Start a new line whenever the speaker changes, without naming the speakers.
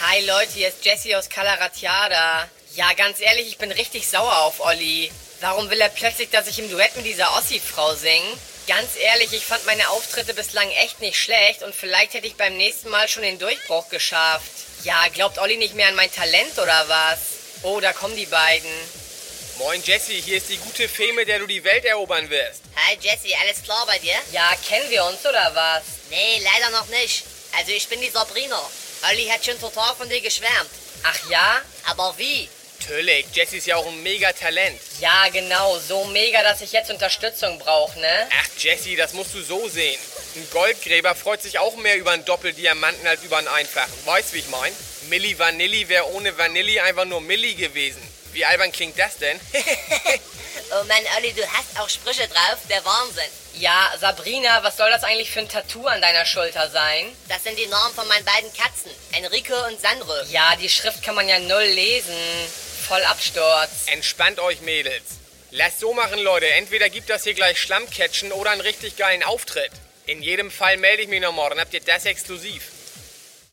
Hi Leute, hier ist Jesse aus Calaratiada. Ja, ganz ehrlich, ich bin richtig sauer auf Olli. Warum will er plötzlich, dass ich im Duett mit dieser Ossi-Frau singe? Ganz ehrlich, ich fand meine Auftritte bislang echt nicht schlecht und vielleicht hätte ich beim nächsten Mal schon den Durchbruch geschafft. Ja, glaubt Olli nicht mehr an mein Talent oder was? Oh, da kommen die beiden.
Moin Jesse, hier ist die gute Fee, mit der du die Welt erobern wirst.
Hi Jesse, alles klar bei dir?
Ja, kennen wir uns oder was?
Nee, leider noch nicht. Also ich bin die Sabrina. Olli hat schon total von dir geschwärmt.
Ach ja?
Aber wie?
Natürlich, Jesse ist ja auch ein mega Talent.
Ja, genau, so mega, dass ich jetzt Unterstützung brauche, ne?
Ach Jesse, das musst du so sehen. Ein Goldgräber freut sich auch mehr über einen Doppeldiamanten als über einen einfachen. Weißt, wie ich mein? Milli Vanilli wäre ohne Vanilli einfach nur Milli gewesen. Wie albern klingt das denn?
oh Mann, Olli, du hast auch Sprüche drauf, der Wahnsinn.
Ja, Sabrina, was soll das eigentlich für ein Tattoo an deiner Schulter sein?
Das sind die Namen von meinen beiden Katzen, Enrico und Sandro.
Ja, die Schrift kann man ja null lesen. Voll Absturz.
Entspannt euch, Mädels. Lasst so machen, Leute. Entweder gibt das hier gleich Schlammcatchen oder einen richtig geilen Auftritt. In jedem Fall melde ich mich noch morgen. Habt ihr das exklusiv?